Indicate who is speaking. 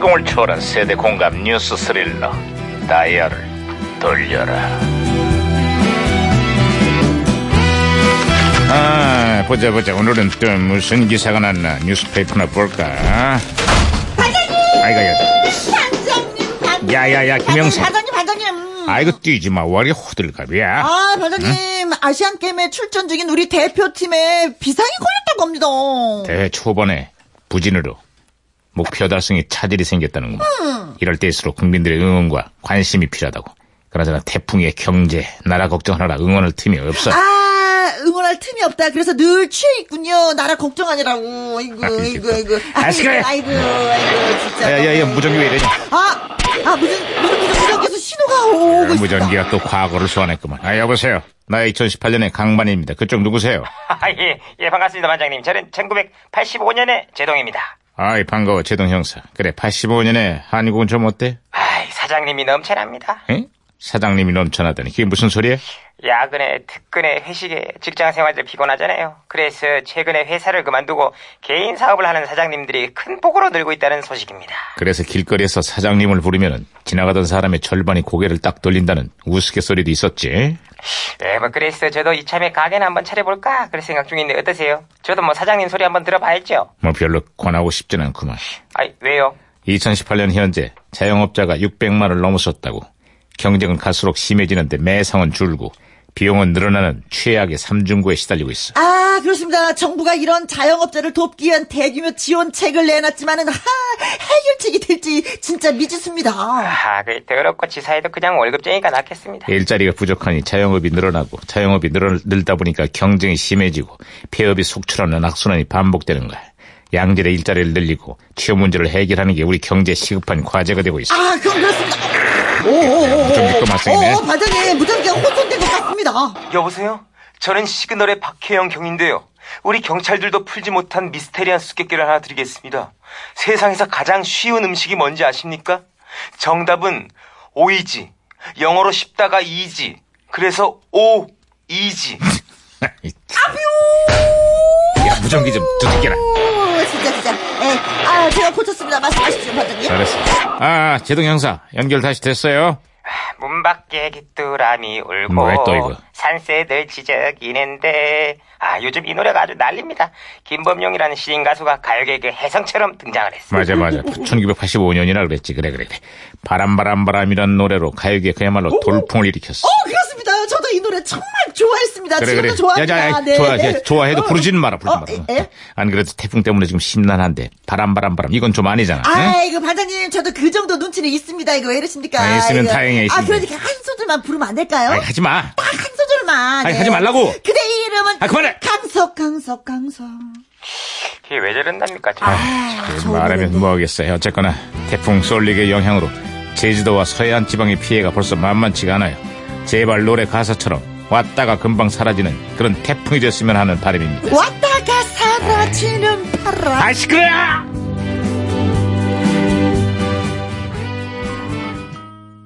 Speaker 1: 감동을 초월한 세대 공감 뉴스 스릴러 다이얼을 돌려라 아 보자 보자 오늘은 또 무슨 기사가 났나 뉴스페이퍼나 볼까 아이고 아이고
Speaker 2: 반장님, 반장님.
Speaker 1: 야야야 김영사
Speaker 2: 반장님, 반장님.
Speaker 1: 아이고 뛰지 마 월이 호들갑이야
Speaker 2: 아, 반장님, 아시안 게임에 출전 중인 우리 대표팀에 비상이 걸렸다고 합니다.
Speaker 1: 대회 초반에 부진으로 목표 달성에 차질이 생겼다는구만. 이럴 때일수록 국민들의 응원과 관심이 필요하다고. 그나저나 태풍의 경제, 나라 걱정하느라 응원할 틈이 없어.
Speaker 2: 아, 응원할 틈이 없다. 그래서 늘 취해 있군요. 나라 걱정하느라고. 아이고,
Speaker 1: 아,
Speaker 2: 아이고, 아이고.
Speaker 1: 아, 시끄러워.
Speaker 2: 아이고, 아이고, 진짜.
Speaker 1: 야, 야, 야, 무전기 왜 이러냐?
Speaker 2: 아, 아, 무슨, 무슨, 무슨, 무전기에서 신호가 오고 있어.
Speaker 1: 아, 무전기가 또 과거를 소환했구만. 아, 여보세요. 나 2018년의 강만입니다. 그쪽 누구세요?
Speaker 3: 아, 예, 예, 반갑습니다, 반장님. 저는 1985년에 제동입니다.
Speaker 1: 아이, 반가워, 제동 형사. 그래, 85년에 한국은 좀 어때?
Speaker 3: 아이, 사장님이 넘쳐납니다.
Speaker 1: 에? 사장님이 넘쳐나다니. 그게 무슨 소리야?
Speaker 3: 야근에, 특근에, 회식에, 직장 생활들 피곤하잖아요. 그래서 최근에 회사를 그만두고 개인 사업을 하는 사장님들이 큰 폭으로 늘고 있다는 소식입니다.
Speaker 1: 그래서 길거리에서 사장님을 부르면 지나가던 사람의 절반이 고개를 딱 돌린다는 우스갯소리도 있었지.
Speaker 3: 네, 뭐, 그래서 저도 이참에 가게나 한번 차려볼까? 그럴 생각 중인데 어떠세요? 저도 뭐 사장님 소리 한번 들어봐야죠.
Speaker 1: 뭐 별로 권하고 싶진 않구만.
Speaker 3: 아이, 왜요?
Speaker 1: 2018년 현재 자영업자가 600만을 넘어섰다고. 경쟁은 갈수록 심해지는데 매상은 줄고 비용은 늘어나는 최악의 삼중고에 시달리고 있어.
Speaker 2: 아, 그렇습니다. 정부가 이런 자영업자를 돕기 위한 대규모 지원책을 내놨지만은, 하, 해결책이 될지 진짜 미지수입니다.
Speaker 3: 아, 그 더럽고 지사해도 그냥 월급쟁이가 낫겠습니다.
Speaker 1: 일자리가 부족하니 자영업이 늘어나고 자영업이 늘어, 늘다 보니까 경쟁이 심해지고 폐업이 속출하는 악순환이 반복되는 거야. 양질의 일자리를 늘리고 취업 문제를 해결하는 게 우리 경제 시급한 과제가 되고 있어.
Speaker 2: 아, 그럼 그렇습니다. 오오오오.
Speaker 1: 무전기 또 말썽이네.
Speaker 2: 오, 반장님, 무전기가 혼선된 것 같습니다.
Speaker 3: 여보세요? 저는 시그널의 박혜영 경인데요. 우리 경찰들도 풀지 못한 미스테리한 수수께끼를 하나 드리겠습니다. 세상에서 가장 쉬운 음식이 뭔지 아십니까? 정답은 오이지. 영어로 쉽다가 이지. 그래서 오 이지.
Speaker 1: 야, 무전기 좀 두둑이라.
Speaker 2: 오, 진짜, 진짜. 예. 아, 제가 고쳤습니다. 말씀하십시오, 반장님.
Speaker 1: 잘했어. 아, 제동 형사 연결 다시 됐어요.
Speaker 3: 문 밖에 귀뚜라미 울고
Speaker 1: 뭐야, 또 이거?
Speaker 3: 산새들 지저귀는데 아 요즘 이 노래가 아주 난립니다. 김범용이라는 시인 가수가 가요계의 해성처럼 등장을 했어요.
Speaker 1: 맞아 맞아 1985년이라 그랬지 그래 그래 그래 바람바람바람이란 노래로 가요계 그야말로 돌풍을 일으켰어
Speaker 2: 오, 그렇습니다. 저도 이 노래 정말 좋아했습니다.
Speaker 1: 그래
Speaker 2: 지금도
Speaker 1: 그래
Speaker 2: 좋아합니다.
Speaker 1: 야, 야,
Speaker 2: 네.
Speaker 1: 좋아
Speaker 2: 네.
Speaker 1: 야, 좋아해도
Speaker 2: 어.
Speaker 1: 부르지는 마라
Speaker 2: 어,
Speaker 1: 부르지
Speaker 2: 예,
Speaker 1: 마라
Speaker 2: 예.
Speaker 1: 안 그래도 태풍 때문에 지금 심란한데 바람바람바람 이건 좀 아니잖아 응?
Speaker 2: 아이고, 어? 반장님, 저도 그 정도 눈치는 있습니다. 이거 왜 이러십니까?
Speaker 1: 아, 있으면
Speaker 2: 이거.
Speaker 1: 다행이야,
Speaker 2: 아,
Speaker 1: 있으면.
Speaker 2: 그러니까 한 소절만 부르면 안 될까요?
Speaker 1: 아이, 하지마
Speaker 2: 딱 한 소절만. 네.
Speaker 1: 아이, 하지 말라고.
Speaker 2: 그대 이름은.
Speaker 1: 아, 그만해.
Speaker 2: 강석, 강석, 강석.
Speaker 3: 이게 왜 저런답니까? 지금?
Speaker 2: 아,
Speaker 1: 그
Speaker 2: 저
Speaker 1: 말하면 뭐하겠어요 어쨌거나 태풍 솔릭의 영향으로 제주도와 서해안 지방의 피해가 벌써 만만치가 않아요 제발 노래 가사처럼 왔다가 금방 사라지는 그런 태풍이 됐으면 하는 바람입니다
Speaker 2: 왔다가 사라지는 바람.
Speaker 1: 아 시끄러워